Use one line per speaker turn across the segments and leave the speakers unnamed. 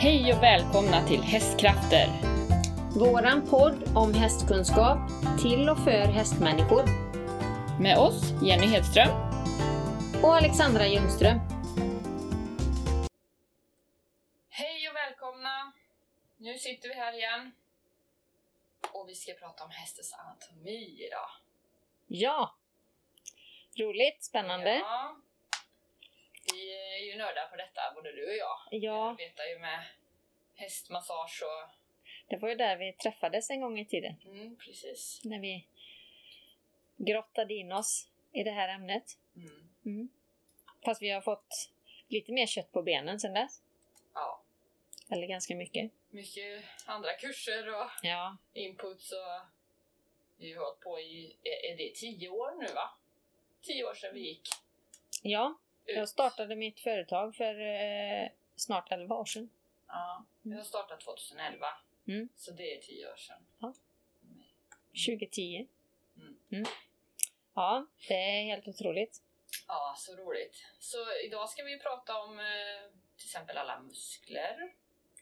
Hej och välkomna till Hästkrafter!
Våran podd om hästkunskap till och för hästmänniskor
Med oss Jenny Hedström.
och Alexandra Ljungström.
Hej och välkomna! Nu sitter vi här igen. Och vi ska prata om hästens anatomi idag.
Ja! Roligt, spännande.
Ja. Vi är ju nördar på detta, både du och jag. Vi
Ja,
arbetar ju med hästmassage och...
det var ju där vi träffades en gång i tiden.
Mm, precis.
När vi grottade in oss i det här ämnet.
Mm.
Mm. Fast vi har fått lite mer kött på benen sedan dess.
Ja.
Eller ganska mycket.
Mycket andra kurser och
Ja,
inputs och... Vi har hållit på i... Är är det tio år nu va? Tio år sedan vi gick
ja
ut.
jag startade mitt företag för eh, snart 11 år sedan.
Ja,
Mm.
jag startade 2011.
Mm.
Så det är tio år sedan.
Ja. 2010.
Mm.
Mm. Ja, det är helt otroligt.
Ja, så roligt. Så idag ska vi prata om eh, till exempel alla muskler.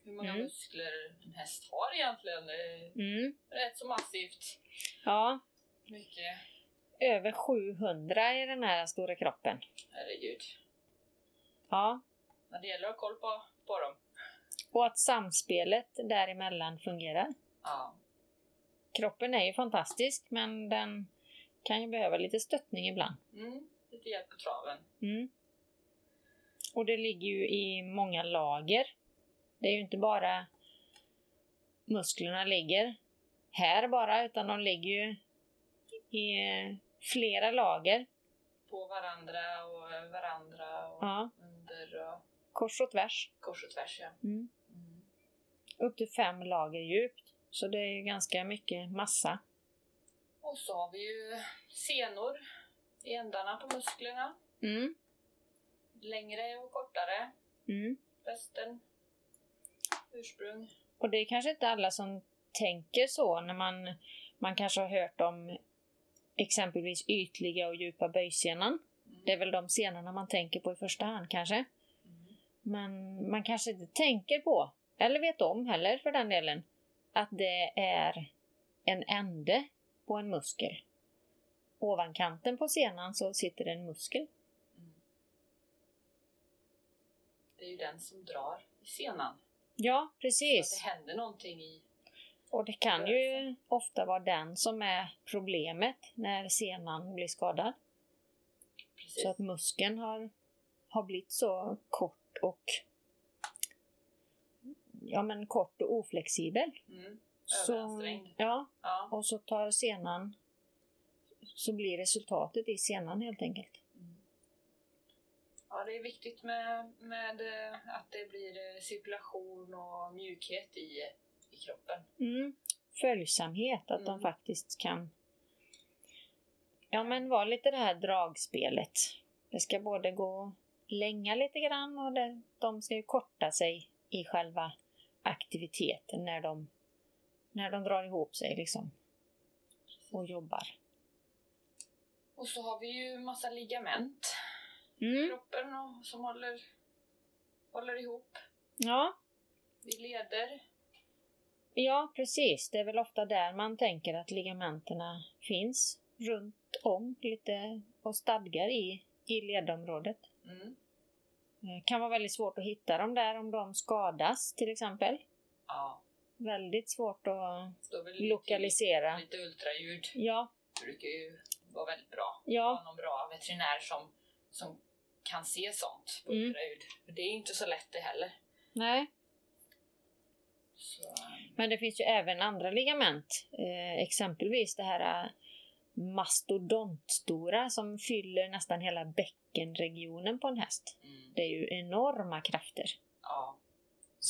Hur många
Mm.
muskler en häst har egentligen. Eh,
Mm.
Rätt så massivt.
Ja,
Mycket.
över 700 i den här stora kroppen.
Herregud.
Ja,
Men det gäller att ha koll på, på dem.
och att samspelet däremellan fungerar.
Ja.
Kroppen är ju fantastisk, men den kan ju behöva lite stöttning ibland.
Mm. Lite hjälp på traven.
Mm. Och det ligger ju i många lager. Det är ju inte bara musklerna ligger här bara, utan de ligger ju i flera lager.
På varandra och över varandra och
Ja,
under och
kors och tvärs.
kors och tvärs. Ja.
Mm.
Mm.
Upp till fem lager djupt. Så det är ju ganska mycket massa.
Och så har vi ju senor i ändarna på musklerna.
Mm.
längre och kortare.
Mm.
Västern, ursprung.
Och det är kanske inte alla som tänker så när man, man kanske har hört om exempelvis ytliga och djupa böjsenan.
Mm.
Det är väl de senorna man tänker på i första hand kanske.
Mm.
Men man kanske inte tänker på, eller vet om heller för den delen, att det är en ände på en muskel. Ovankanten på senan så sitter en muskel.
Mm. Det är ju den som drar i senan.
Ja,
Att
precis.
det händer någonting i...
Och det kan ju ofta vara den som är problemet när senan blir skadad.
Precis.
Så att muskeln har, har blivit så kort och ja, men kort och oflexibel.
Mm.
Så,
Överansträngd.
ja,
Ja.
och så tar senan så blir resultatet i senan helt enkelt.
Mm. ja, det är viktigt med, med eh, att det blir eh, cirkulation och mjukhet i, i kroppen.
Mm. Följsamhet, att
Mm.
de faktiskt kan ja, men vara lite det här dragspelet. Det ska både gå länga lite grann och det, de ska ju korta sig i själva aktiviteten när de, när de drar ihop sig liksom och jobbar.
Och så har vi ju massa ligament i
Mm.
kroppen och, som håller, håller ihop
Ja.
vid leder.
Ja, precis. Det är väl ofta där man tänker att ligamenterna finns runt om lite och stadgar i, i ledområdet.
Mm.
Eh, kan vara väldigt svårt att hitta dem där om de skadas till exempel.
Ja.
Väldigt svårt att
Då vill vi
lokalisera.
Lite ultraljud
Ja,
brukar ju vara väldigt bra.
ja,
Ha någon bra veterinär som, som kan se sånt på
Mm.
ultraljud. För Det är inte så lätt det heller.
nej.
Så,
Men det finns ju även andra ligament. Eh, exempelvis det här eh, mastodontstora som fyller nästan hela bäckenregionen på en häst.
mm.
Det är ju enorma krafter.
Ja,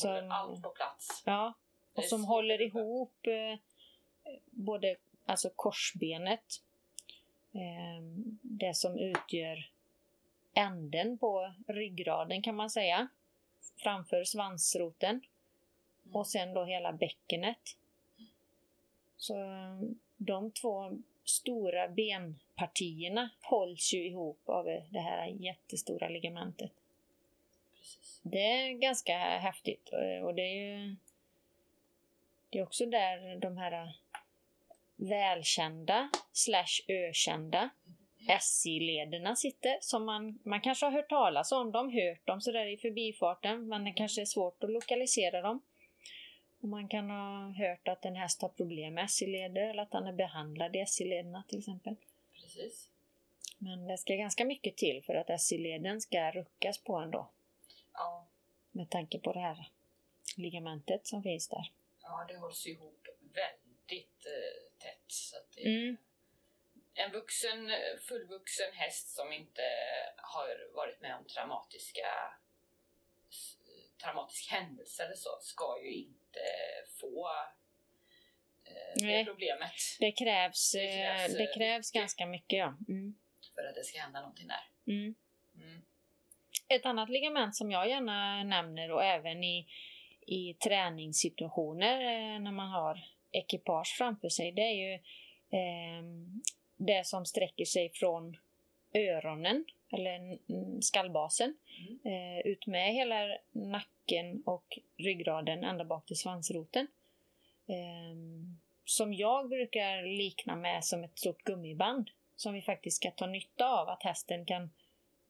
håller
Som-
allt på plats.
Ja,
Det är
och som
svårt
håller
att hitta.
ihop eh, både alltså korsbenet, eh, det som utgör änden på ryggraden kan man säga, framför svansroten
Mm.
och sen då hela bäckenet. Så eh, de två stora benpartierna hålls ju ihop av eh, det här jättestora ligamentet.
precis.
Det är ganska häftigt eh, och det är ju det är också där de här välkända slash ökända SJ-lederna sitter. Som man, man kanske har hört talas om dem, hört dem sådär i förbifarten men det kanske är svårt att lokalisera dem. Och man kan ha hört att en häst har problem med SJ-leder eller att han är behandlad i SJ-lederna till exempel.
precis.
Men det ska ganska mycket till för att SJ-leden ska ruckas på ändå
Ja,
med tanke på det här ligamentet som finns där.
ja, det hålls ihop väldigt eh, tätt. Så att det
Mm.
En vuxen, fullvuxen häst som inte har varit med om traumatiska, s- traumatisk händelse eller så ska ju inte få eh, det
Nej.
problemet
Det krävs,
Det krävs,
eh, det
eh,
krävs
mycket.
ganska mycket. Ja. Mm.
för att det ska hända någonting där.
Mm.
Mm.
Ett annat ligament som jag gärna nämner och även i, i träningssituationer eh, när man har ekipage framför sig det är ju ehm, det som sträcker sig från öronen eller mm, skallbasen
Mm.
eh, ut med hela nacken och ryggraden ända bak till svansroten. Ehm, som jag brukar likna med som ett stort gummiband som vi faktiskt ska ta nytta av att hästen kan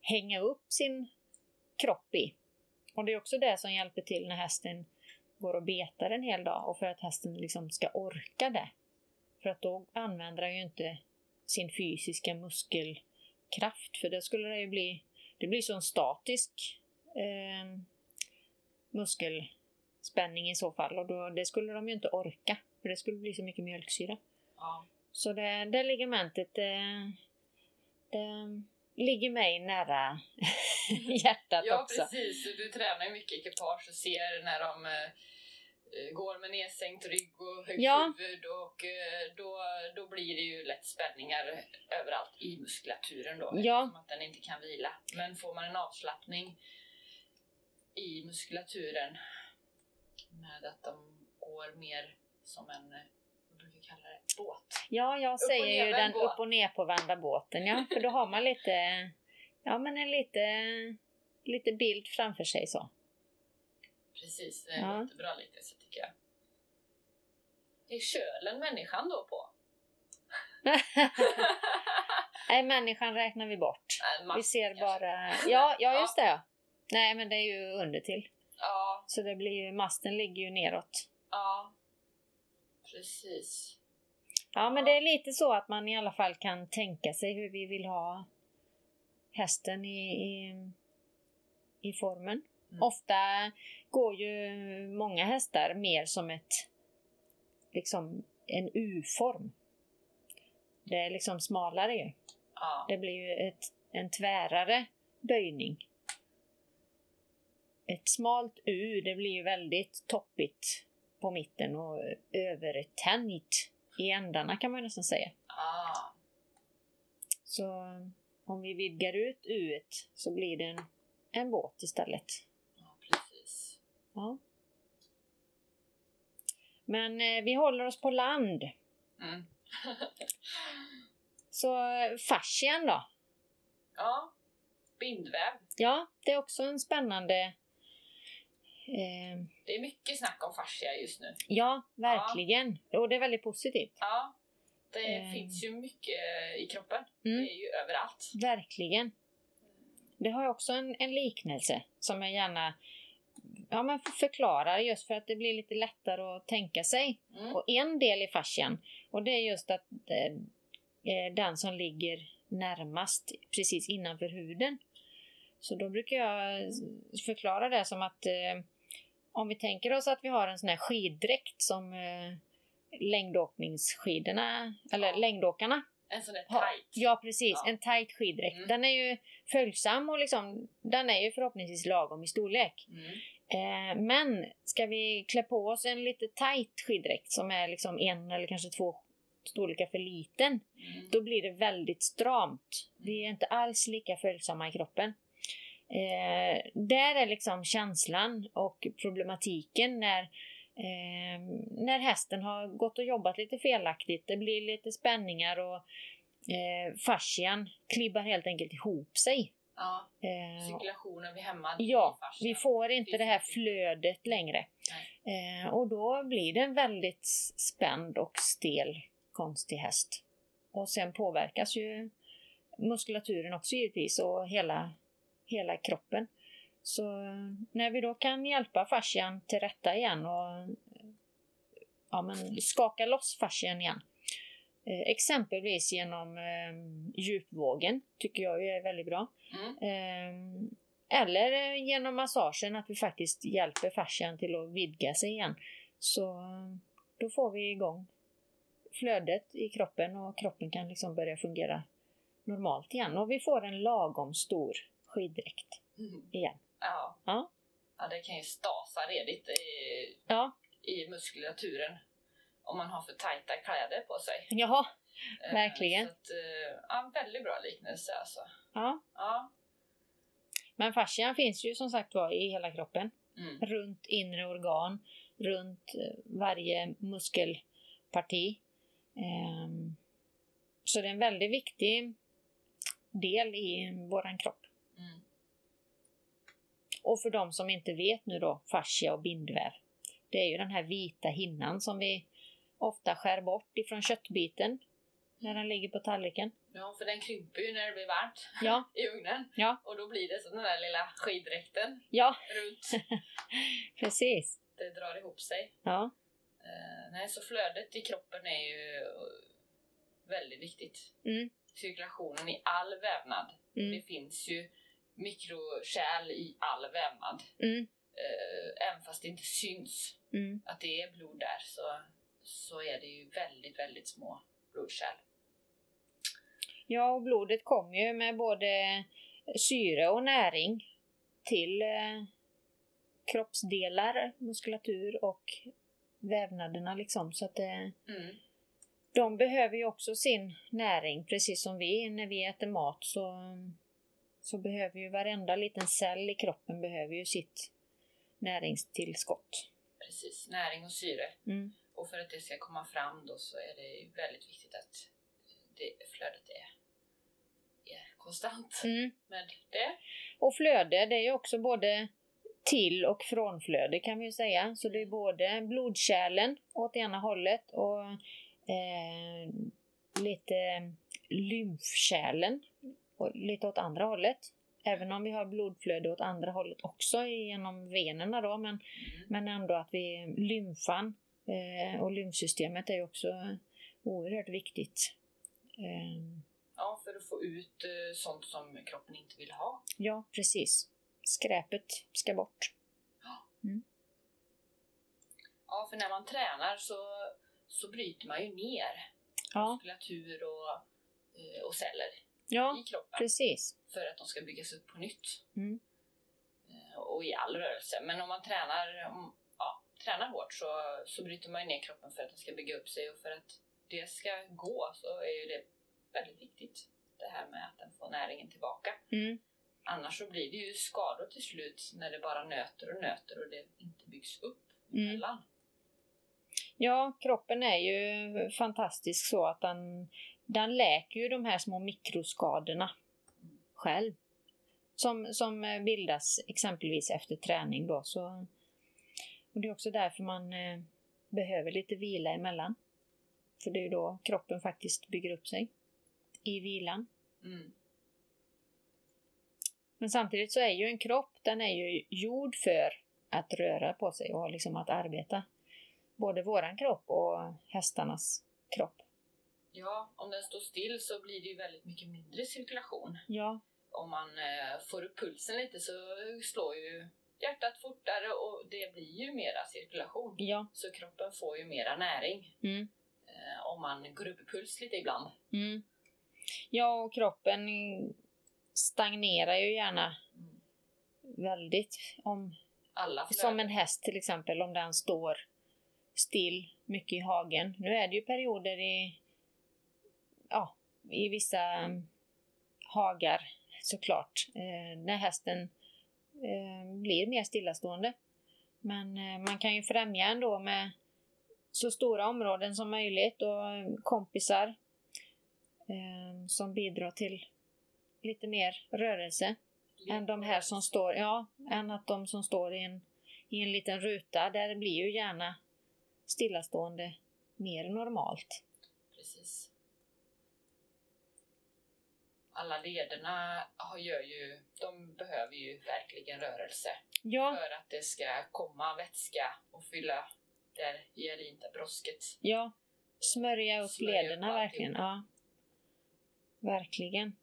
hänga upp sin kropp i. Och det är också det som hjälper till när hästen går och betar en hel dag och för att hästen liksom ska orka det. För att då använder den ju inte sin fysiska muskelkraft för det skulle det ju bli, det blir så en statisk eh, muskelspänning i så fall och då, det skulle de ju inte orka för det skulle bli så mycket mjölksyra.
Ja.
Så det, det ligamentet det, det ligger mig nära hjärtat
ja,
också.
precis. Du tränar ju mycket ekipage och ser när de eh, går med nedsänkt rygg och högt
Ja.
huvud och eh, då, då blir det ju lätt spänningar överallt i muskulaturen då.
Ja.
eftersom att den inte kan vila. Men får man en avslappning i muskulaturen med att de går mer som en, eh, vad brukar vi kalla det, båt.
Ja, jag säger ju
nervänd
den
båt.
upp och ner på vända båten, ja. För då har man lite, ja men en lite, lite bild framför sig så.
Precis, det
Ja.
låter bra lite så tycker jag. Är kölen människan då på?
Nej, människan räknar vi bort.
Nej,
Vi
mask
ser
kanske.
bara, ja, ja just det. Nej, men det är ju under till.
Ja,
Så det blir ju, masten ligger ju neråt.
ja. Precis.
Ja, men
Ja.
det är lite så att man i alla fall kan tänka sig hur vi vill ha hästen i, i, i formen.
Mm.
Ofta går ju många hästar mer som ett, liksom en U-form. Det är liksom smalare ju.
Ja,
Det blir ju ett, en tvärare böjning. Ett smalt U, det blir ju väldigt toppigt på mitten och övertänjt i ändarna kan man nästan säga.
ja.
Så om vi vidgar ut U så blir det en, en båt istället.
ja precis.
Ja. Men eh, vi håller oss på land.
Mm.
Så eh, fascian då?
Ja, bindväv.
Ja, det är också en spännande eh,
Det är mycket snack om fascia just nu.
Ja, verkligen. Och det är väldigt positivt.
Ja, det
Eh.
finns ju mycket i kroppen.
Mm.
Det är ju överallt.
Verkligen. Det har jag också en, en liknelse som jag gärna ja, men förklarar just för att det blir lite lättare att tänka sig.
Mm.
Och en del i fascian, och det är just att eh, eh, den som ligger närmast precis innanför huden. Så då brukar jag förklara det som att eh, om vi tänker oss att vi har en sån här skiddräkt som eh, längdåkningsskidorna, eller
Ja.
längdåkarna
En sån där
Ha-
tight.
Ja, precis.
Ja.
En tight skiddräkt.
Mm.
Den är ju följsam och liksom, den är ju förhoppningsvis lagom i storlek.
Mm.
Eh, men ska vi klä på oss en lite tight skiddräkt som är liksom en eller kanske två storlekar för liten,
Mm.
då blir det väldigt stramt. Vi är inte alls lika följsamma i kroppen. Eh, där är liksom känslan och problematiken när, eh, när hästen har gått och jobbat lite felaktigt. Det blir lite spänningar och eh, fascian klibbar helt enkelt ihop sig.
Ja,
Eh,
cirkulationen blir hämmad.
Ja,
i fascian.
vi får inte
Finns
det här
inte.
flödet längre. Eh, och då blir det en väldigt spänd och stel, konstig häst. Och sen påverkas ju muskulaturen också givetvis och hela, hela kroppen. Så eh, när vi då kan hjälpa fascian till rätta igen och eh, ja, men skaka loss fascian igen. Eh, exempelvis genom eh, djupvågen tycker jag ju är väldigt bra.
Mm.
Ehm, Eller eh, genom massagen, att vi faktiskt hjälper fascian till att vidga sig igen. Så eh, då får vi igång flödet i kroppen och kroppen kan liksom börja fungera normalt igen. Och vi får en lagom stor skiddräkt
Mm.
igen.
Ja.
Ja.
ja, det kan ju stasa redigt i,
Ja,
i muskulaturen om man har för tajta kläder på sig.
jaha.
Eh,
Verkligen.
Så att, eh, ja, väldigt bra liknelse alltså.
Ja.
Ja.
Men fascian finns ju som sagt var i hela kroppen.
Mm.
runt inre organ, runt eh, varje muskelparti. Ehm, Så det är en väldigt viktig del i våran kropp.
Mm.
Och för de som inte vet nu då, fascia och bindväv. Det är ju den här vita hinnan som vi ofta skär bort ifrån köttbiten när den ligger på tallriken.
ja, för den krymper ju när det blir varmt
Ja,
i ugnen.
Ja.
Och då blir det så den där lilla skiddräkten
ja,
runt.
precis.
Det drar ihop sig.
Ja,
Eh, nej, så flödet i kroppen är ju eh, väldigt viktigt.
Mm.
Cirkulationen i all vävnad.
mm,
Det finns ju mikrokärl i all vävnad.
mm,
Eh, även fast det inte syns
mm.
att det är blod där så, så är det ju väldigt, väldigt små blodkärl.
Ja, och blodet kommer ju med både syre och näring till eh, kroppsdelar, muskulatur och vävnaderna liksom. Så att eh,
Mm.
de behöver ju också sin näring, precis som vi när vi äter mat så, så behöver ju varenda liten cell i kroppen behöver ju sitt näringstillskott.
Precis, näring och syre.
Mm.
Och för att det ska komma fram då så är det ju väldigt viktigt att det flödet är, är konstant
Mm.
med det.
Och flöde, det är ju också både till och frånflöde kan vi ju säga. Så det är både blodkärlen åt ena hållet och eh, lite lymfkärlen och lite åt andra hållet. Även om vi har blodflöde åt andra hållet också genom venerna då, men,
Mm.
men ändå att vi lymfan eh, och lymfsystemet är ju också oerhört viktigt. Eh,
Ja, för att få ut eh, sånt som kroppen inte vill ha.
Ja, precis. Skräpet ska bort.
Ja, för när man tränar så, så bryter man ju ner
Ja,
muskulatur och, eh, och celler
ja
i kroppen
precis.
för att de ska byggas upp på nytt.
Mm.
Eh, Och i all rörelse. Men om man tränar, om, ja, tränar hårt så, så bryter man ju ner kroppen för att den ska bygga upp sig och för att det ska gå så är ju det väldigt viktigt. Det här med att den får näringen tillbaka.
Mm.
Annars så blir det ju skador till slut när det bara nöter och nöter och det inte byggs upp
Mm.
emellan.
Ja, kroppen är ju fantastisk så att den, den läker ju de här små mikroskadorna själv. Som, som bildas exempelvis efter träning då. Så, och det är också därför man eh, behöver lite vila emellan. För det är ju då kroppen faktiskt bygger upp sig i vilan.
Mm.
Men samtidigt så är ju en kropp, den är ju gjord för att röra på sig och liksom att arbeta. Både våran kropp och hästarnas kropp.
Ja, om den står still så blir det ju väldigt mycket mindre cirkulation.
Ja,
Om man eh, får upp pulsen lite så slår ju hjärtat fortare och det blir ju mera cirkulation.
ja.
Så kroppen får ju mera näring
Mm.
eh, om man går upp i puls lite ibland.
Mm. Ja, och kroppen stagnerar ju gärna
Mm.
väldigt. Om,
Alla
som
flöden.
en häst till exempel, om den står still mycket i hagen. Nu är det ju perioder i, ja, i vissa mm, hagar såklart, eh, när hästen eh, blir mer stillastående. Men eh, man kan ju främja ändå med så stora områden som möjligt och eh, kompisar eh, som bidrar till lite mer rörelse än de här som står, ja, än att de som står i en, i en liten ruta, där blir ju gärna stillastående mer normalt.
Precis. Alla lederna har- gör ju, de behöver ju verkligen rörelse
Ja,
för att det ska komma vätska och fylla där hialinta brosket.
ja. Smörja upp
Smörja upp
lederna
alltihop.
verkligen. Ja. Verkligen.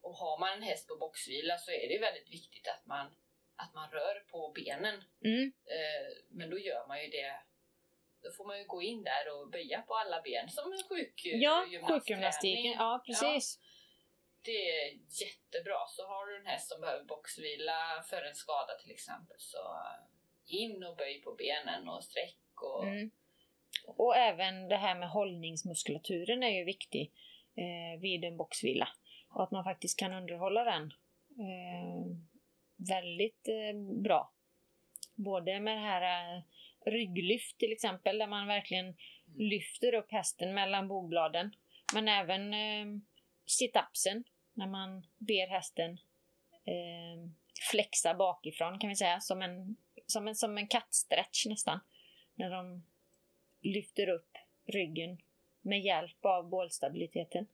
Och har man en häst på boxvila så är det ju väldigt viktigt att man, att man rör på benen.
Mm.
Eh, men då gör man ju det. Då får man ju gå in där och böja på alla ben som en eh,
Ja,
sjukgymnastträning.
sjukgymnastiken. Ja, precis.
Det är jättebra. Så har du en häst som behöver boxvila för en skada till exempel så eh, in och böj på benen och sträck och
Mm. Och även det här med hållningsmuskulaturen är ju viktig eh, vid en boxvila. Och att man faktiskt kan underhålla den eh, väldigt eh, bra. Både med det här eh, rygglyft till exempel, där man verkligen lyfter upp hästen mellan bobladen. Men även eh, situpsen, när man ber hästen eh, flexa bakifrån kan vi säga, som en, som en, som en kattstretch nästan. När de lyfter upp ryggen med hjälp av bålstabiliteten.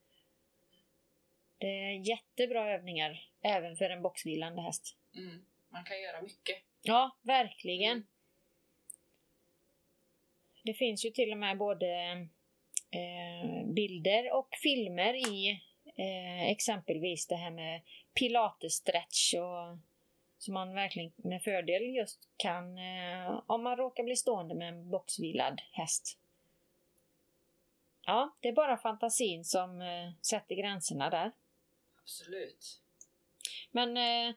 Det är jättebra övningar även för en boxvilande häst.
Mm. Man kan göra mycket.
Ja, verkligen.
Mm.
Det finns ju till och med både eh, bilder och filmer i eh, exempelvis det här med pilatesstretch och som man verkligen med fördel just kan eh, om man råkar bli stående med en boxvilad häst. Ja, det är bara fantasin som eh, sätter gränserna där.
Absolut.
Men eh,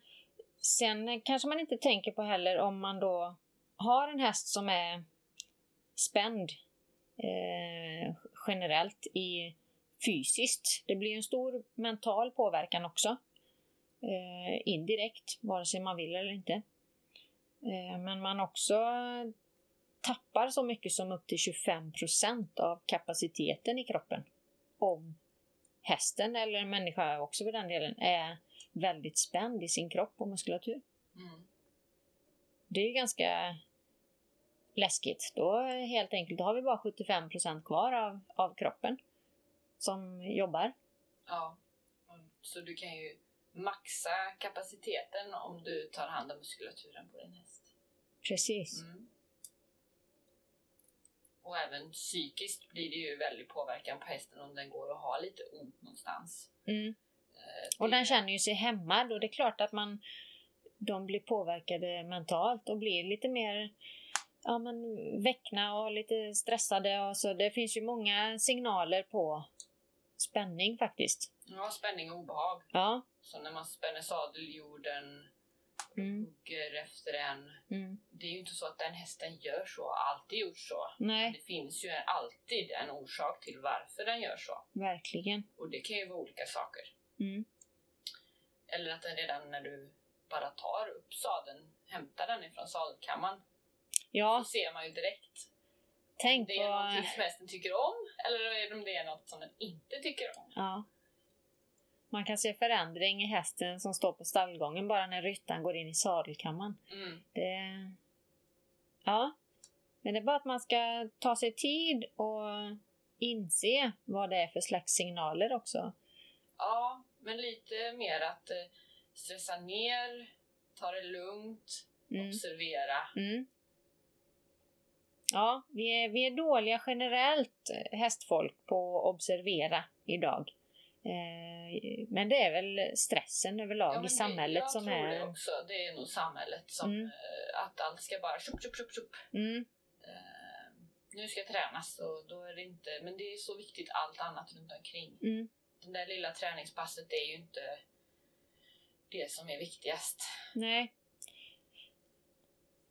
sen kanske man inte tänker på heller om man då har en häst som är spänd eh, generellt i fysiskt. Det blir ju en stor mental påverkan också. Eh, indirekt, vare sig man vill eller inte. Eh, men man också tappar så mycket som upp till 25 av kapaciteten i kroppen. Om hästen eller en människa också för den delen är väldigt spänd i sin kropp och muskulatur.
Mm.
Det är ju ganska läskigt. Då eh, helt enkelt då har vi bara 75 kvar av, av kroppen som jobbar.
Ja. Mm. Så du kan ju maxa kapaciteten om du tar hand om muskulaturen på din häst.
Precis.
Mm. Och även psykiskt blir det ju väldigt påverkan på hästen om den går och har lite ont någonstans.
Mm.
Eh,
Och
det-
den känner ju sig hämmad och det är klart att man, de blir påverkade mentalt och blir lite mer ja, men, väckna och lite stressade. Och så. Det finns ju många signaler på spänning faktiskt.
Ja, spänning och obehag.
Ja.
Så när man spänner sadeljorden,
Mm.
hugger efter en.
Mm.
Det är ju inte så att den hästen gör så, har alltid gjort så.
Nej,
Det finns ju en- alltid en orsak till varför den gör så.
verkligen.
Och det kan ju vara olika saker.
Mm.
Eller att den redan när du bara tar upp sadeln, hämtar den ifrån sadelkammaren,
Ja,
så ser man ju direkt
Tänk
det är
på...
någonting som hästen tycker om eller om det är något som den inte tycker om.
Ja. Man kan se förändring i hästen som står på stallgången bara när ryttaren går in i sadelkammaren.
Mm.
Det... Ja. Men det är bara att man ska ta sig tid och inse vad det är för slags signaler också.
Ja, men lite mer att eh, stressa ner, ta det lugnt,
Mm.
observera.
Mm. Ja, vi är, vi är dåliga generellt eh, hästfolk på att observera idag. Eh, men det är väl stressen överlag
men
i
det-
samhället
jag
som
tror det
är...
också. Det är nog samhället som
Mm.
eh, att allt ska bara tjopp, tjopp, tjopp, tjopp.
Mm,
Eh, nu ska tränas och då är det inte, men det är så viktigt allt annat runt omkring.
mm.
Det där lilla träningspasset det är ju inte det som är viktigast
Nej,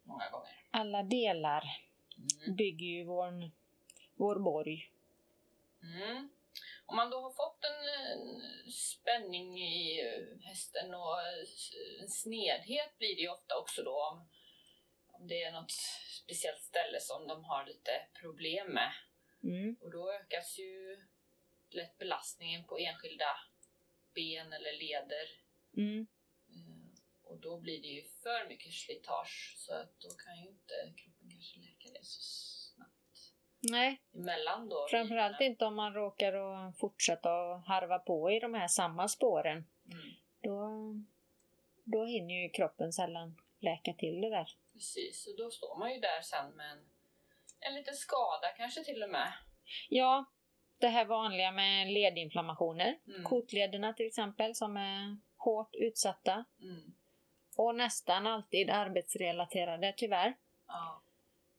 många gånger.
alla delar
Mm.
bygger ju vår, vår borg.
Mm. Om man då har fått en, eh, spänning i eh, hästen och eh, en snedhet blir det ju ofta också då om, om det är något speciellt ställe som de har lite problem med.
Mm.
Och då ökas ju lätt belastningen på enskilda ben eller leder.
Mm.
Eh, Och då blir det ju för mycket slitage så att då kan ju inte kroppen kanske läka det så snabbt.
Nej,
Emellan då.
framförallt
riderna.
inte om man råkar att fortsätta att harva på i de här samma spåren.
Mm,
Då, då hinner ju kroppen sällan läka till det där.
precis, och då står man ju där sen med en, en liten skada kanske till och med.
Ja, det här vanliga med ledinflammationer.
Mm,
Kotlederna till exempel som är hårt utsatta
Mm.
och nästan alltid arbetsrelaterade tyvärr.
Ja.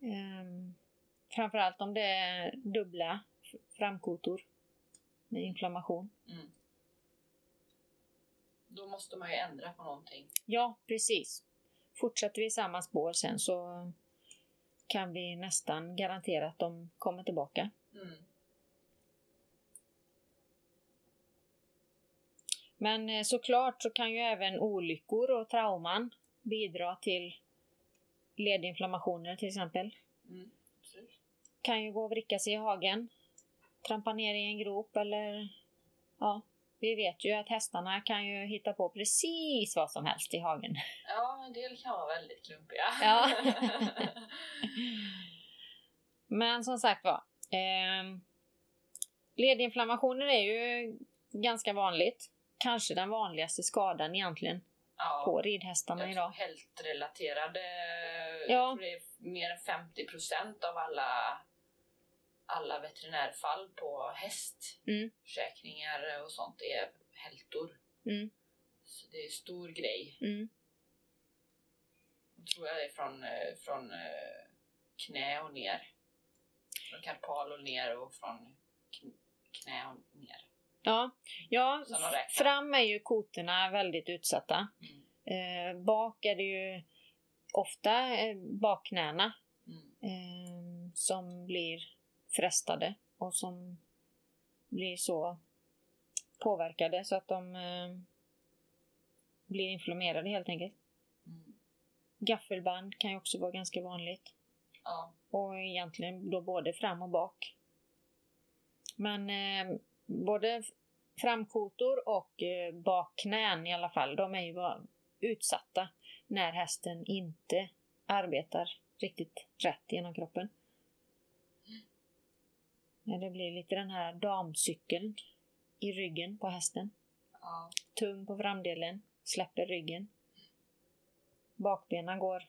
Ehm, framförallt om det är dubbla framkotor med inflammation.
Mm. Då måste man ju ändra på någonting.
Ja, precis. Fortsätter vi i samma spår sen så kan vi nästan garantera att de kommer tillbaka.
Mm.
Men eh, såklart så kan ju även olyckor och trauman bidra till ledinflammationer till exempel.
Mm. Absolut.
Kan ju gå och vricka sig i hagen, trampa ner i en grop eller ja, vi vet ju att hästarna kan ju hitta på precis vad som helst i hagen.
Ja, en del kan vara väldigt klumpiga.
Ja. Men som sagt var, ehm, ledinflammationer är ju ganska vanligt. Kanske den vanligaste skadan egentligen
ja.
på ridhästarna
Jag tror
idag.
hältrelaterade,
Ja.
jag tror det är mer än 50 procent av alla, alla veterinärfall på
Mm.
hästförsäkringar och sånt är hältor.
Mm.
Så det är en stor grej.
Mm.
Jag tror jag det är från, eh, från eh, knä och ner. Från karpal och ner och från kn- knä och ner.
Ja, ja
Som de räknar.
fram är ju kotorna väldigt utsatta.
Mm.
Eh, bak är det ju ofta eh, bakknäna
Mm.
eh, som blir frestade och som blir så påverkade så att de eh, blir inflammerade helt enkelt.
Mm.
Gaffelband kan ju också vara ganska vanligt.
Ja.
Och egentligen då både fram och bak. Men eh, både f- framkotor och eh, bakknän i alla fall, de är ju va- utsatta när hästen inte arbetar riktigt rätt genom kroppen. När det blir lite den här damcykeln i ryggen på hästen.
ja.
Tung på framdelen, släpper ryggen. Bakbenen går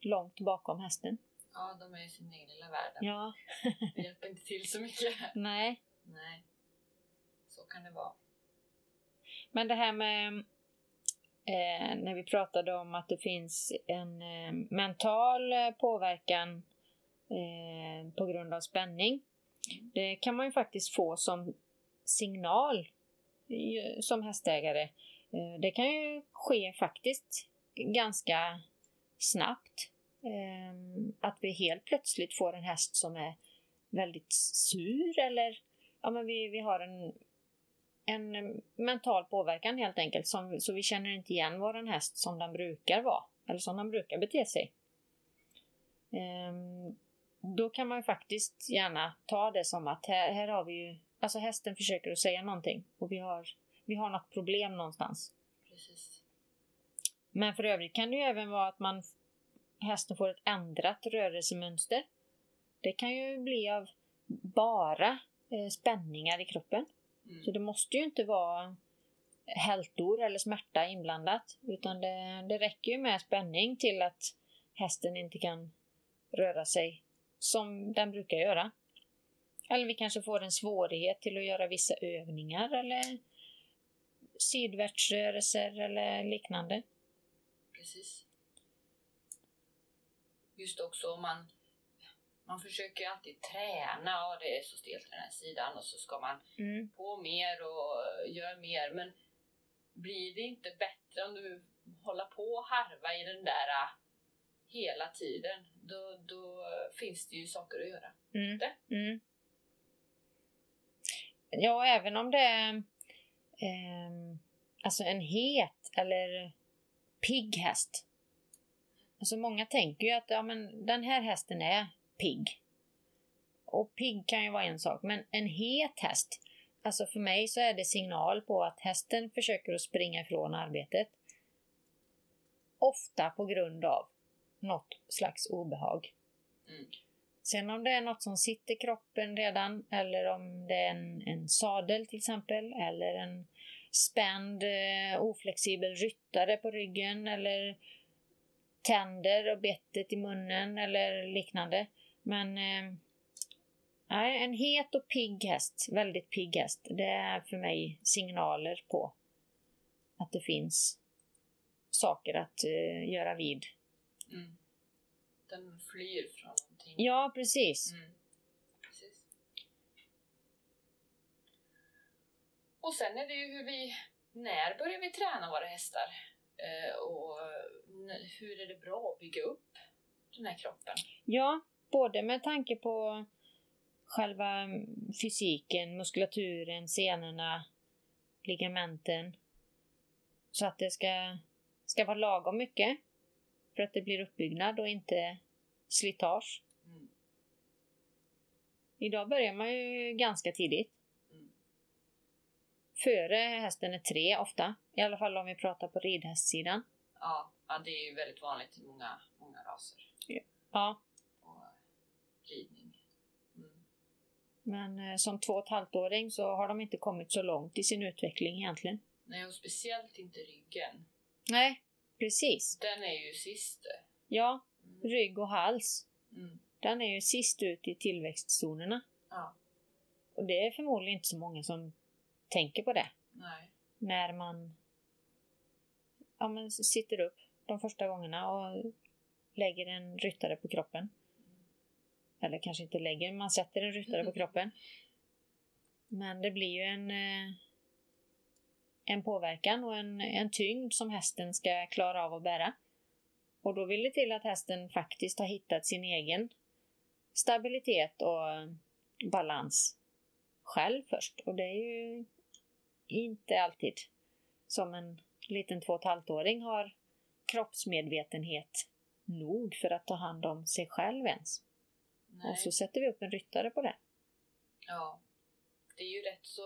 långt bakom hästen.
Ja, de är i sin egen lilla värld.
Ja,
Det hjälper inte till så mycket.
nej.
Nej, så kan det vara.
Men det här med eh, när vi pratade om att det finns en eh, mental eh, påverkan eh, på grund av spänning. Det kan man ju faktiskt få som signal eh, som hästägare. Eh, det kan ju ske faktiskt ganska snabbt. Eh, att vi helt plötsligt får en häst som är väldigt sur eller ja, men vi, vi har en en eh, mental påverkan helt enkelt. Som, så vi känner inte igen vår häst som den brukar vara. Eller som den brukar bete sig. Ehm, då kan man ju faktiskt gärna ta det som att här, här har vi ju... Alltså hästen försöker att säga någonting och vi har, vi har något problem någonstans.
Precis.
Men för övrigt kan det ju även vara att man, hästen får ett ändrat rörelsemönster. Det kan ju bli av bara eh, spänningar i kroppen.
Mm.
Så det måste ju inte vara hältor eller smärta inblandat. Utan det, det räcker ju med spänning till att hästen inte kan röra sig som den brukar göra. Eller vi kanske får en svårighet till att göra vissa övningar eller sidvärtsrörelser eller liknande.
Precis. Just också om man, man försöker ju alltid träna och det är så stelt i den här sidan och så ska man
Mm.
på mer och gör mer men blir det inte bättre om du håller på och harva i den där äh, hela tiden då, då finns det ju saker att göra.
Mm.
Det.
Mm. Ja, och även om det är ehm, alltså en het eller pigg häst. Alltså många tänker ju att ja, men den här hästen är pigg. Och pigg kan ju vara en sak, men en het häst, Alltså för mig så är det signal på att hästen försöker att springa ifrån arbetet. Ofta på grund av något slags obehag.
Mm.
Sen om det är något som sitter i kroppen redan eller om det är en, en sadel till exempel eller en spänd eh, oflexibel ryttare på ryggen eller tänder och bettet i munnen eller liknande. Men eh, nej, en het och pigg häst, väldigt pigg häst, det är för mig signaler på att det finns saker att eh, göra vid.
Mm. Den flyr från någonting.
Ja, precis.
Mm. Precis. Och sen är det ju hur vi, när börjar vi träna våra hästar? Eh, och n- hur är det bra att bygga upp den här kroppen?
Ja, både med tanke på själva mm, fysiken, muskulaturen, senorna, ligamenten. Så att det ska, ska vara lagom mycket för att det blir uppbyggnad och inte slitage.
Mm.
Idag börjar man ju ganska tidigt.
Mm.
Före hästen är tre ofta, i alla fall om vi pratar på ridhästsidan.
Ja, ja, det är ju väldigt vanligt i många, många raser.
Ja,
Och ridning. Mm.
men eh, som två och ett halvt åring så har de inte kommit så långt i sin utveckling egentligen.
Nej, och speciellt inte ryggen.
Nej, precis.
Den är ju sist.
Ja,
Mm.
rygg och hals.
Mm.
Den är ju sist ut i tillväxtzonerna.
Ja,
Och det är förmodligen inte så många som tänker på det
nej.
när man ja, men sitter upp de första gångerna och lägger en ryttare på kroppen. Eller kanske inte lägger, man sätter en ryttare på kroppen. Men det blir ju en, eh, en påverkan och en, en tyngd som hästen ska klara av att bära. Och då vill det till att hästen faktiskt har hittat sin egen stabilitet och balans själv först. Och det är ju inte alltid som en liten två och ett halvt åring har kroppsmedvetenhet nog för att ta hand om sig själv ens.
nej.
Och så sätter vi upp en ryttare på det.
Ja. Det är ju rätt så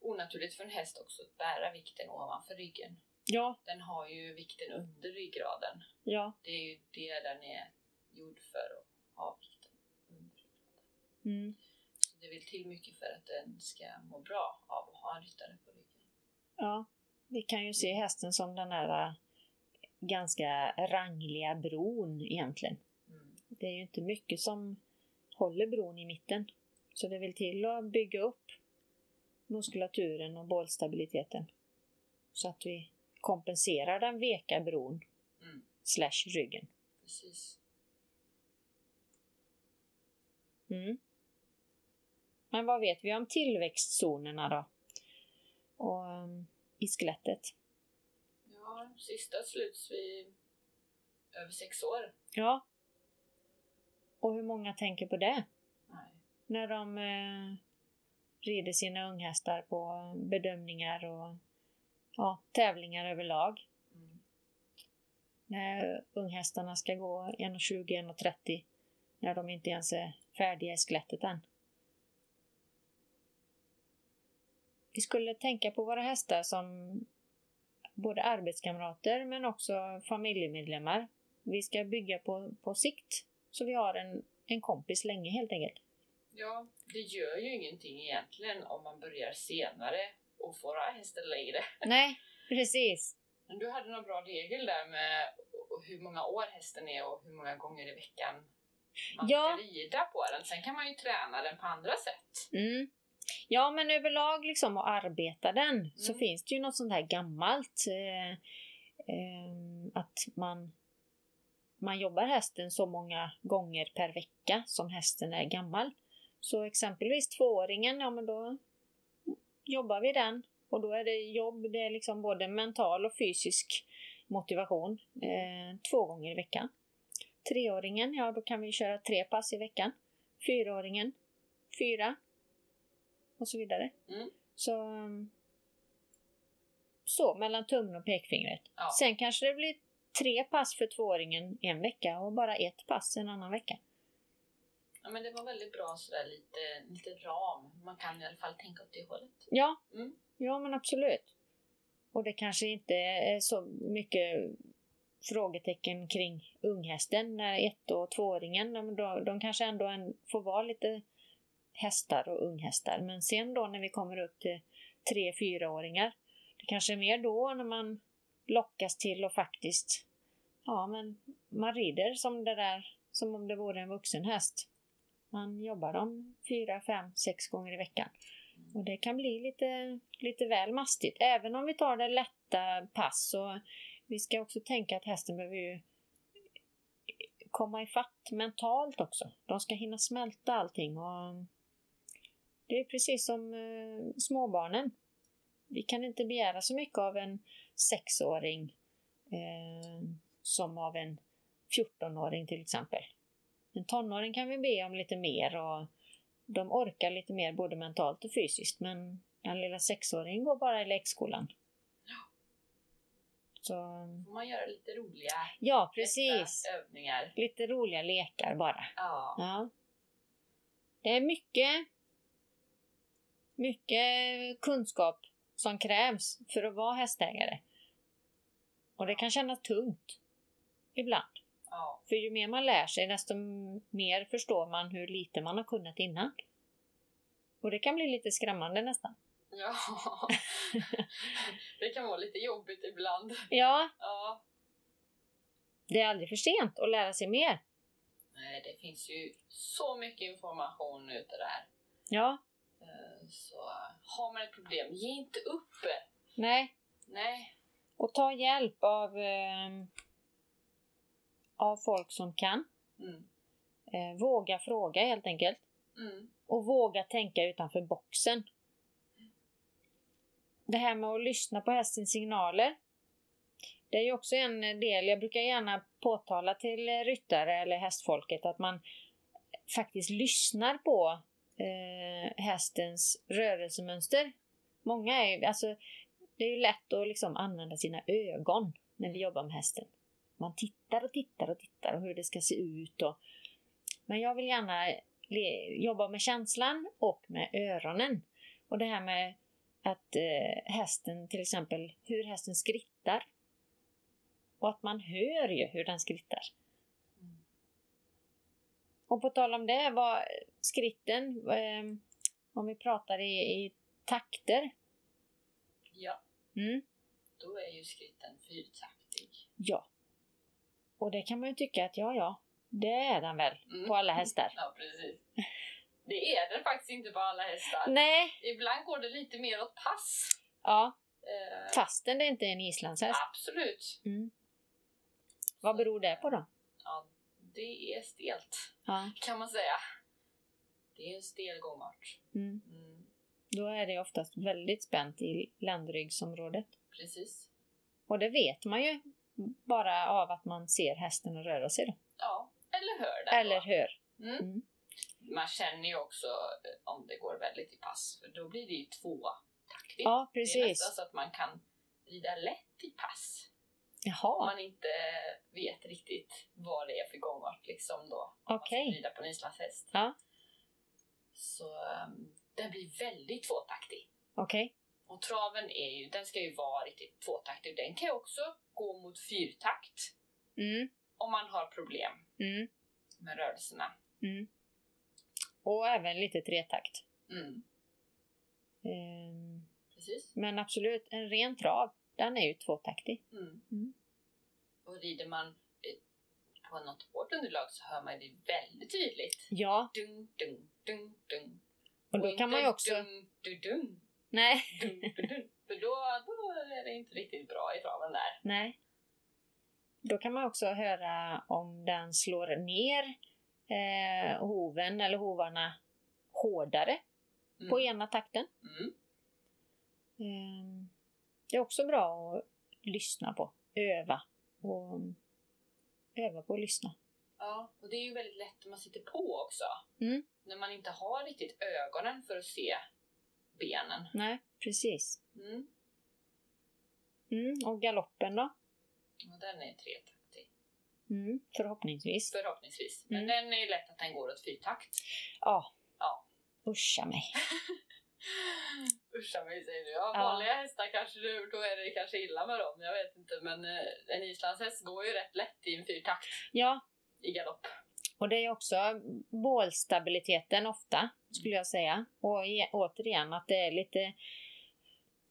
onaturligt för en häst också att bära vikten ovanför ryggen.
Ja,
Den har ju vikten under ryggraden.
ja.
Det är ju det den är gjord för, att ha vikten under ryggraden.
Mm.
Så det vill till mycket för att den ska må bra av att ha en ryttare på ryggen.
ja. Vi kan ju se hästen som den här äh, ganska rangliga bron egentligen.
Mm.
Det är ju inte mycket som håller bron i mitten. Så det vill till att bygga upp muskulaturen och bålstabiliteten. Så att vi kompenserar den veka bron
Mm.
slash ryggen.
Precis.
Mm. Men vad vet vi om tillväxtzonerna då? Och ehm, i skelettet?
Ja, sista sluts vid över sex år.
Ja. Och hur många tänker på det?
Nej.
när de eh, rider sina unghästar på bedömningar och ja, tävlingar överlag.
Mm.
När unghästarna ska gå 1,20, 1,30 när de inte ens är färdiga i skelettet än. Vi skulle tänka på våra hästar som både arbetskamrater men också familjemedlemmar. Vi ska bygga på, på sikt så vi har en, en kompis länge helt enkelt.
Ja, det gör ju ingenting egentligen om man börjar senare och får ha hästen längre.
Nej, precis.
Men du hade någon bra regel där med o- hur många år hästen är och hur många gånger i veckan man
Ja.
ska rida på den. Sen kan man ju träna den på andra sätt.
Mm. Ja, men överlag liksom att arbeta den så
Mm.
finns det ju något sånt här gammalt. Eh, ehm, att man, man jobbar hästen så många gånger per vecka som hästen är gammal. Så exempelvis tvååringen, ja men då jobbar vi den. Och då är det jobb, det är liksom både mental och fysisk motivation eh, två gånger i veckan. Treåringen, ja då kan vi köra tre pass i veckan. Fyraåringen, fyra och så vidare.
Mm.
Så, um, så, mellan tummen och pekfingret.
Ja.
Sen kanske det blir tre pass för tvååringen en vecka och bara ett pass en annan vecka.
Ja, men det var väldigt bra sådär lite, lite ram. Man kan i alla fall tänka åt det hållet.
Ja,
Mm.
ja men absolut. Och det kanske inte är så mycket frågetecken kring unghästen när ett och tvååringen, ja, men då, de kanske ändå en, får vara lite hästar och unghästar. Men sen då när vi kommer upp till tre, fyraåringar, det kanske är mer då när man lockas till och faktiskt, ja men man rider som det där, som om det vore en vuxen häst. Man jobbar dem fyra, fem, sex gånger i veckan. Och det kan bli lite, lite väl mastigt. Även om vi tar det lätta pass så vi ska också tänka att hästen behöver ju komma ifatt mentalt också. De ska hinna smälta allting och det är precis som eh, småbarnen. Vi kan inte begära så mycket av en sexåring eh, som av en 14-åring till exempel. En tonåring kan vi be om lite mer och de orkar lite mer både mentalt och fysiskt men den lilla sexåringen går bara i lekskolan. Så,
Får man göra lite roliga
ja,
lätta
precis.
övningar.
Lite roliga lekar bara.
Ja.
Ja. Det är mycket, mycket kunskap som krävs för att vara hästägare. Och det kan kännas tungt ibland.
ja.
För ju mer man lär sig desto mer förstår man hur lite man har kunnat innan. Och det kan bli lite skrämmande nästan.
ja. det kan vara lite jobbigt ibland.
Ja,
Ja.
det är aldrig för sent att lära sig mer.
Nej, det finns ju så mycket information ute där.
Ja,
Eh, Så har man ett problem, ge inte upp.
nej.
Nej.
Och ta hjälp av, ehm, av folk som kan.
Mm.
Eh, våga fråga helt enkelt.
Mm.
och våga tänka utanför boxen. Det här med att lyssna på hästens signaler. Det är ju också en del, jag brukar gärna påtala till eh, ryttare eller hästfolket att man faktiskt lyssnar på eh, hästens rörelsemönster. Många är ju, alltså, det är ju lätt att liksom använda sina ögon när vi jobbar med hästen. Man tittar och tittar och tittar och hur det ska se ut. Och... Men jag vill gärna le- jobba med känslan och med öronen. Och det här med att eh, hästen till exempel, hur hästen skrittar. Och att man hör ju hur den skrittar.
Mm.
Och på tal om det, vad skritten, eh, om vi pratar i, i takter.
Ja,
Mm,
då är ju skritten fyrtaktig.
ja. Och det kan man ju tycka att ja, ja, det är den väl
Mm.
på alla hästar.
Ja, precis. Det är den faktiskt inte på alla hästar.
Nej,
Ibland går det lite mer åt pass.
ja,
Eh,
fastän det inte är en islandshäst.
Absolut.
Mm. Vad beror det på då?
Ja, det är stelt,
Ja.
kan man säga. Det är en stel gångart.
Mm.
Mm,
Då är det oftast väldigt spänt i ländryggsområdet.
precis.
Och det vet man ju bara av att man ser hästen röra sig. Då.
Ja, eller hör den
Eller
då.
hör.
Mm.
Mm.
Man känner ju också eh, om det går väldigt i pass, för då blir det ju tvåtaktigt.
Ja,
Det är alltså.
precis.
nästan så att man kan rida lätt i pass. Om
Jaha,
man inte vet riktigt vad det är för gångart liksom då.
okej.
Man ska rida på en islandshäst.
Ja.
Så eh, den blir väldigt tvåtaktig.
Okej.
Och traven är ju, den ska ju vara riktigt tvåtaktig. Den kan ju också gå mot fyrtakt
Mm.
om man har problem
Mm.
med rörelserna.
Mm. Och även lite tretakt.
Mm,
Ehm,
precis.
Men absolut, en ren trav, den är ju tvåtaktig.
Mm.
Mm.
Och rider man eh, på något hårt underlag så hör man det väldigt tydligt.
Ja,
Dung, dung, dung, dung.
och då
inte
kan man ju också...
Dung, dung, dung,
Nej,
dung, dung, dung. För då, då är det inte riktigt bra i traven där.
nej. Då kan man också höra om den slår ner eh, hoven eller hovarna hårdare
Mm.
på ena takten.
Mm.
Ehm, Det är också bra att lyssna på, öva och öva på att lyssna.
Ja, och det är ju väldigt lätt när man sitter på också.
Mm.
När man inte har riktigt ögonen för att se benen.
Nej, precis.
Mm.
Mm, och galoppen då?
Och den är tretaktig.
Mm, förhoppningsvis.
förhoppningsvis. Men
Mm.
den är ju lätt att den går åt fyrtakt.
Ja.
Ja.
Uscha mig.
Uscha mig säger du. Ja,
Ja.
vanliga hästar kanske du, då är det kanske illa med dem, jag vet inte. Men eh, en islandshäst går ju rätt lätt i en fyrtakt
Ja,
i galopp.
och det är också bålstabiliteten ofta, skulle jag säga. Och i, återigen att det är lite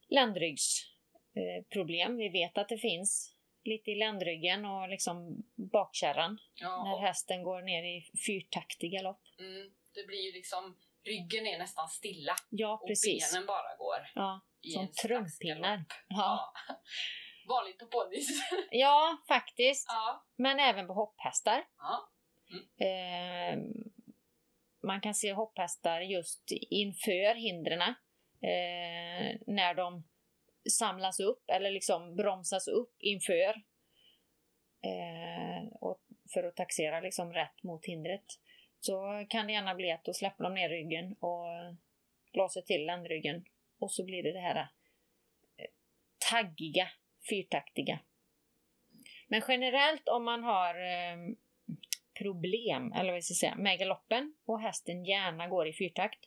ländryggsproblem. Eh, problem. Vi vet att det finns lite i ländryggen och liksom bakkärran
Ja,
när
och,
hästen går ner i fyrtaktig galopp.
mm, det blir ju liksom, ryggen är nästan stilla
Ja,
och
precis.
benen bara går.
Ja,
i
som
en slags
trumpinnar.
galopp.
Ja.
Vanligt på ponnys.
ja, faktiskt.
ja.
Men även på hopphästar.
Ja.
Eh, man kan se hopphästar just inför hindren. Eh, när de samlas upp eller liksom bromsas upp inför. Eh, och för att taxera liksom rätt mot hindret. Så kan det gärna bli att då släpper de ner ryggen och blåser till ländryggen. Och så blir det det här eh, taggiga, fyrtaktiga. Men generellt om man har eh, problem, eller vad ska jag säga, med galoppen och hästen gärna går i fyrtakt,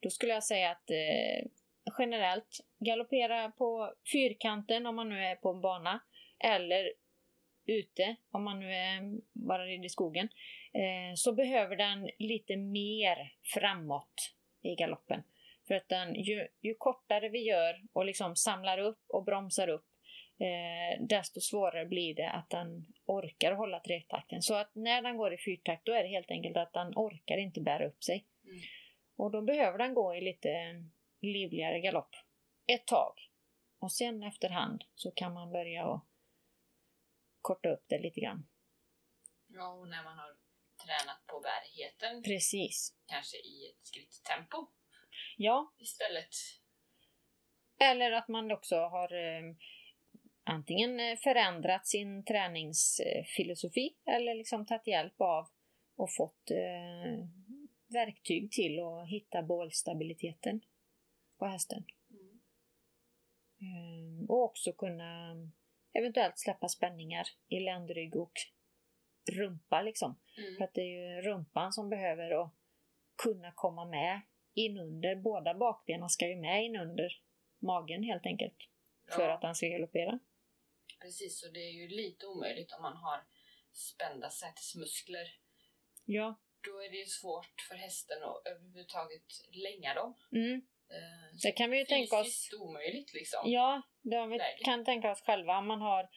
då skulle jag säga att eh, generellt galoppera på fyrkanten om man nu är på en bana, eller ute om man nu är bara rider i skogen, eh, så behöver den lite mer framåt i galoppen. För att den, ju, ju kortare vi gör och liksom samlar upp och bromsar upp, eh, desto svårare blir det att den orkar hålla tretakten. Så att när den går i fyrtakt då är det helt enkelt att den orkar inte bära upp sig.
Mm.
Och då behöver den gå i lite eh, livligare galopp ett tag. Och sen efterhand så kan man börja att korta upp det lite grann.
ja, och när man har tränat på bärigheten,
Precis.
kanske i ett skritttempo
Ja,
istället.
eller att man också har eh, antingen eh, förändrat sin träningsfilosofi eller liksom tagit hjälp av och fått eh, verktyg till att hitta bålstabiliteten på hästen.
Mm.
Mm, Och också kunna eventuellt släppa spänningar i ländrygg och rumpa liksom. För
Mm.
att det är ju rumpan som behöver att kunna komma med inunder. Båda bakbenen ska ju med inunder magen helt enkelt. För
Ja.
att han ska galoppera.
Precis, och det är ju lite omöjligt om man har spända sätesmuskler.
Ja.
Då är det ju svårt för hästen att överhuvudtaget länga dem.
Mm.
Eh,
Det kan vi ju tänka oss.
Fysiskt omöjligt liksom.
Ja, det har vi
Läge.
kan tänka oss själva. Om man har,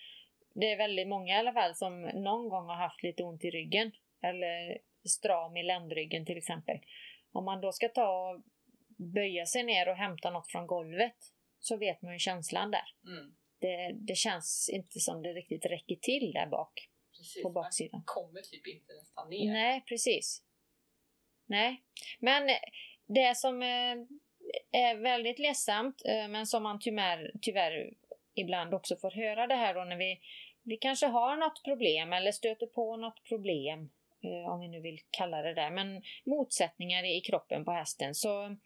det är väldigt många i alla fall som någon gång har haft lite ont i ryggen. Eller stram i ländryggen till exempel. Om man då ska ta och böja sig ner och hämta något från golvet så vet man ju känslan där.
Mm,
Det, det känns inte som det riktigt räcker till där bak,
precis.
på
Man
baksidan.
kommer typ inte nästan ner.
Nej, precis. Nej, men det som eh, är väldigt ledsamt, eh, men som man tyvärr, tyvärr ibland också får höra det här då när vi, vi kanske har något problem eller stöter på något problem, eh, om vi nu vill kalla det där, men motsättningar i kroppen på hästen så,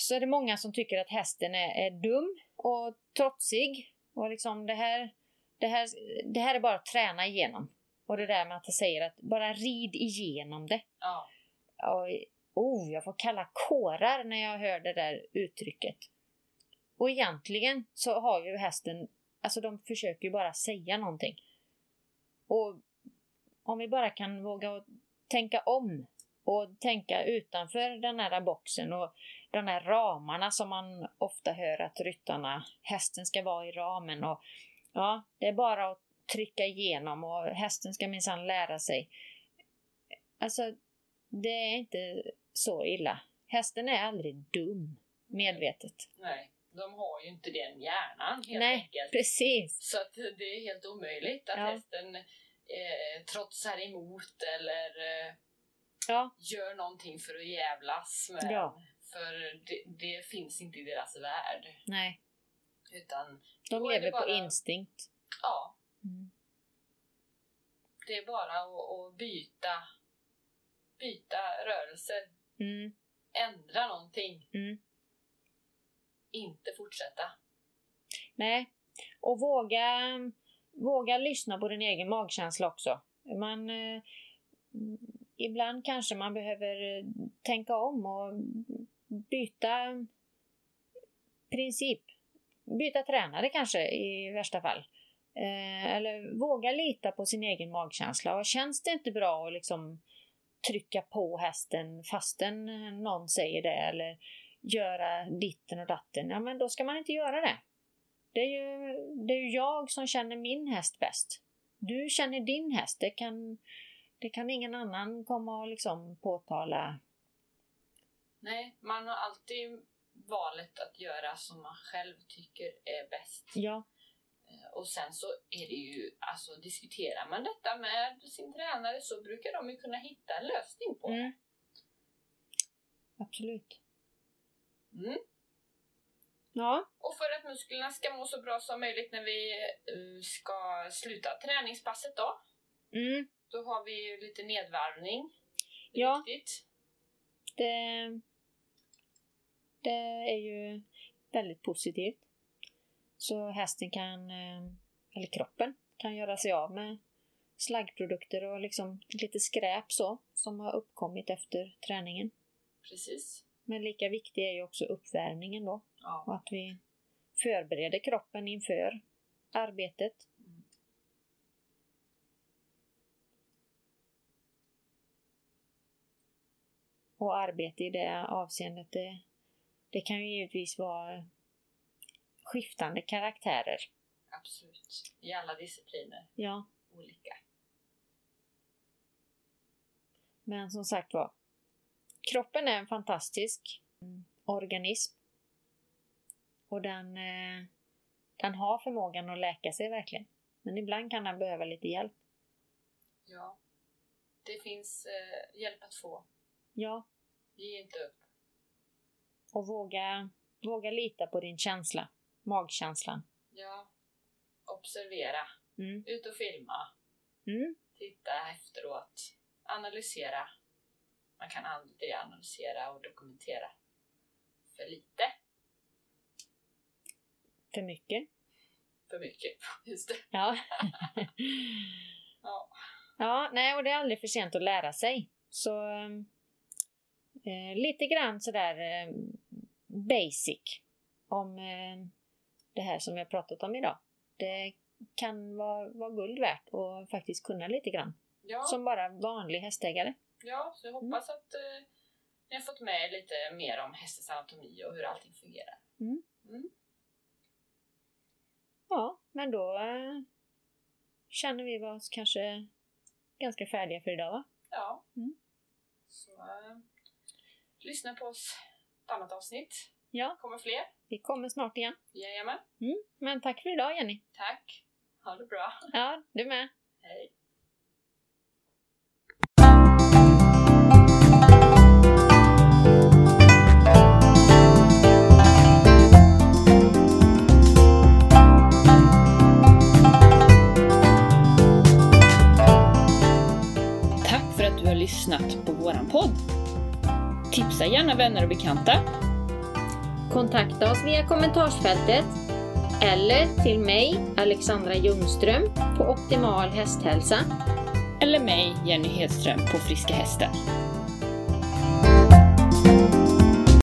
så är det många som tycker att hästen är, är dum och trotsig och liksom det här, det, här, det här är bara att träna igenom. Och det där med att jag säger att bara rid igenom det.
Ja,
Oj, oh, jag får kalla kårar när jag hör det där uttrycket. Och egentligen så har ju hästen, alltså de försöker ju bara säga någonting. Och om vi bara kan våga att tänka om och tänka utanför den här boxen och de här ramarna som man ofta hör att ryttarna, hästen ska vara i ramen och ja, det är bara att trycka igenom och hästen ska minsann lära sig. Alltså, det är inte så illa. Hästen är aldrig dum, medvetet.
nej. De har ju inte den hjärnan helt
Nej,
enkelt.
Precis.
Så att det är helt omöjligt att
Ja.
hästen eh, trotsar emot eller eh,
Ja,
gör någonting för att jävlas med
Ja.
För det, det finns inte i deras värld.
nej.
Utan
De
Då är
lever
det
på
bara-
instinkt.
ja,
Mm.
det är bara att, att byta, byta rörelser,
Mm.
ändra någonting,
Mm.
inte fortsätta.
Nej. Och våga Våga lyssna på din egen magkänsla också. Man, eh, ibland kanske man behöver eh, tänka om och byta princip. Byta tränare kanske i värsta fall. Eh, eller våga lita på sin egen magkänsla. Och känns det inte bra att liksom trycka på hästen fastän någon säger det eller göra ditten och datten, ja men då ska man inte göra det. Det är ju, det är ju jag som känner min häst bäst. Du känner din häst. Det kan, det kan ingen annan komma och liksom påtala.
Nej, man har alltid valet att göra som man själv tycker är bäst.
Ja,
Eh, Och sen så är det ju, alltså diskuterar man detta med sin tränare så brukar de ju kunna hitta en lösning på det.
Mm. absolut.
Mm.
Ja,
Och för att musklerna ska må så bra som möjligt när vi eh, ska sluta träningspasset då,
mm,
då har vi ju lite nedvarvning. Det är
Ja.
Viktigt.
det, det är ju väldigt positivt. Så hästen kan, eh, eller kroppen, kan göra sig av med slaggprodukter och liksom lite skräp så, som har uppkommit efter träningen.
Precis.
Men lika viktig är ju också uppvärmningen då.
Ja.
Och att vi förbereder kroppen inför arbetet. Och arbete i det avseendet, det, det kan ju givetvis vara skiftande karaktärer.
Absolut. I alla discipliner.
Ja,
Olika.
men som sagt var, kroppen är en fantastisk mm, organism. Och den, eh, den har förmågan att läka sig verkligen. Men ibland kan den behöva lite hjälp.
Ja. Det finns eh, hjälp att få.
Ja,
Ge inte upp.
Och våga, våga lita på din känsla, magkänslan.
Ja. Observera.
Mm.
Ut och filma.
Mm.
Titta efteråt. Analysera. Man kan aldrig analysera och dokumentera för lite.
För mycket.
För mycket. Just det.
Ja.
Ja.
ja, nej, och det är aldrig för sent att lära sig. Så eh, lite grann sådär eh, basic om eh, det här som vi har pratat om idag. Det kan vara, vara guld värt att faktiskt kunna lite grann.
Ja.
Som bara vanlig hästägare.
Ja, så jag hoppas att eh, ni har fått med er lite mer om hästens anatomi och hur allting fungerar.
Ja, men då eh, känner vi oss kanske ganska färdiga för idag va?
Ja.
Mm.
Så eh, lyssna på oss ett annat avsnitt.
Ja.
kommer fler.
Vi kommer snart igen.
Jajamän.
Men tack för idag Jenny.
Tack. Ha det bra.
Ja, du med.
Hej. Tack för att du har lyssnat på våran podd. Tipsa gärna vänner och bekanta.
Kontakta oss via kommentarsfältet eller till mig, Alexandra Ljungström, på Optimal Hästhälsa.
Eller mig, Jenny Hedström på Friska Hästen.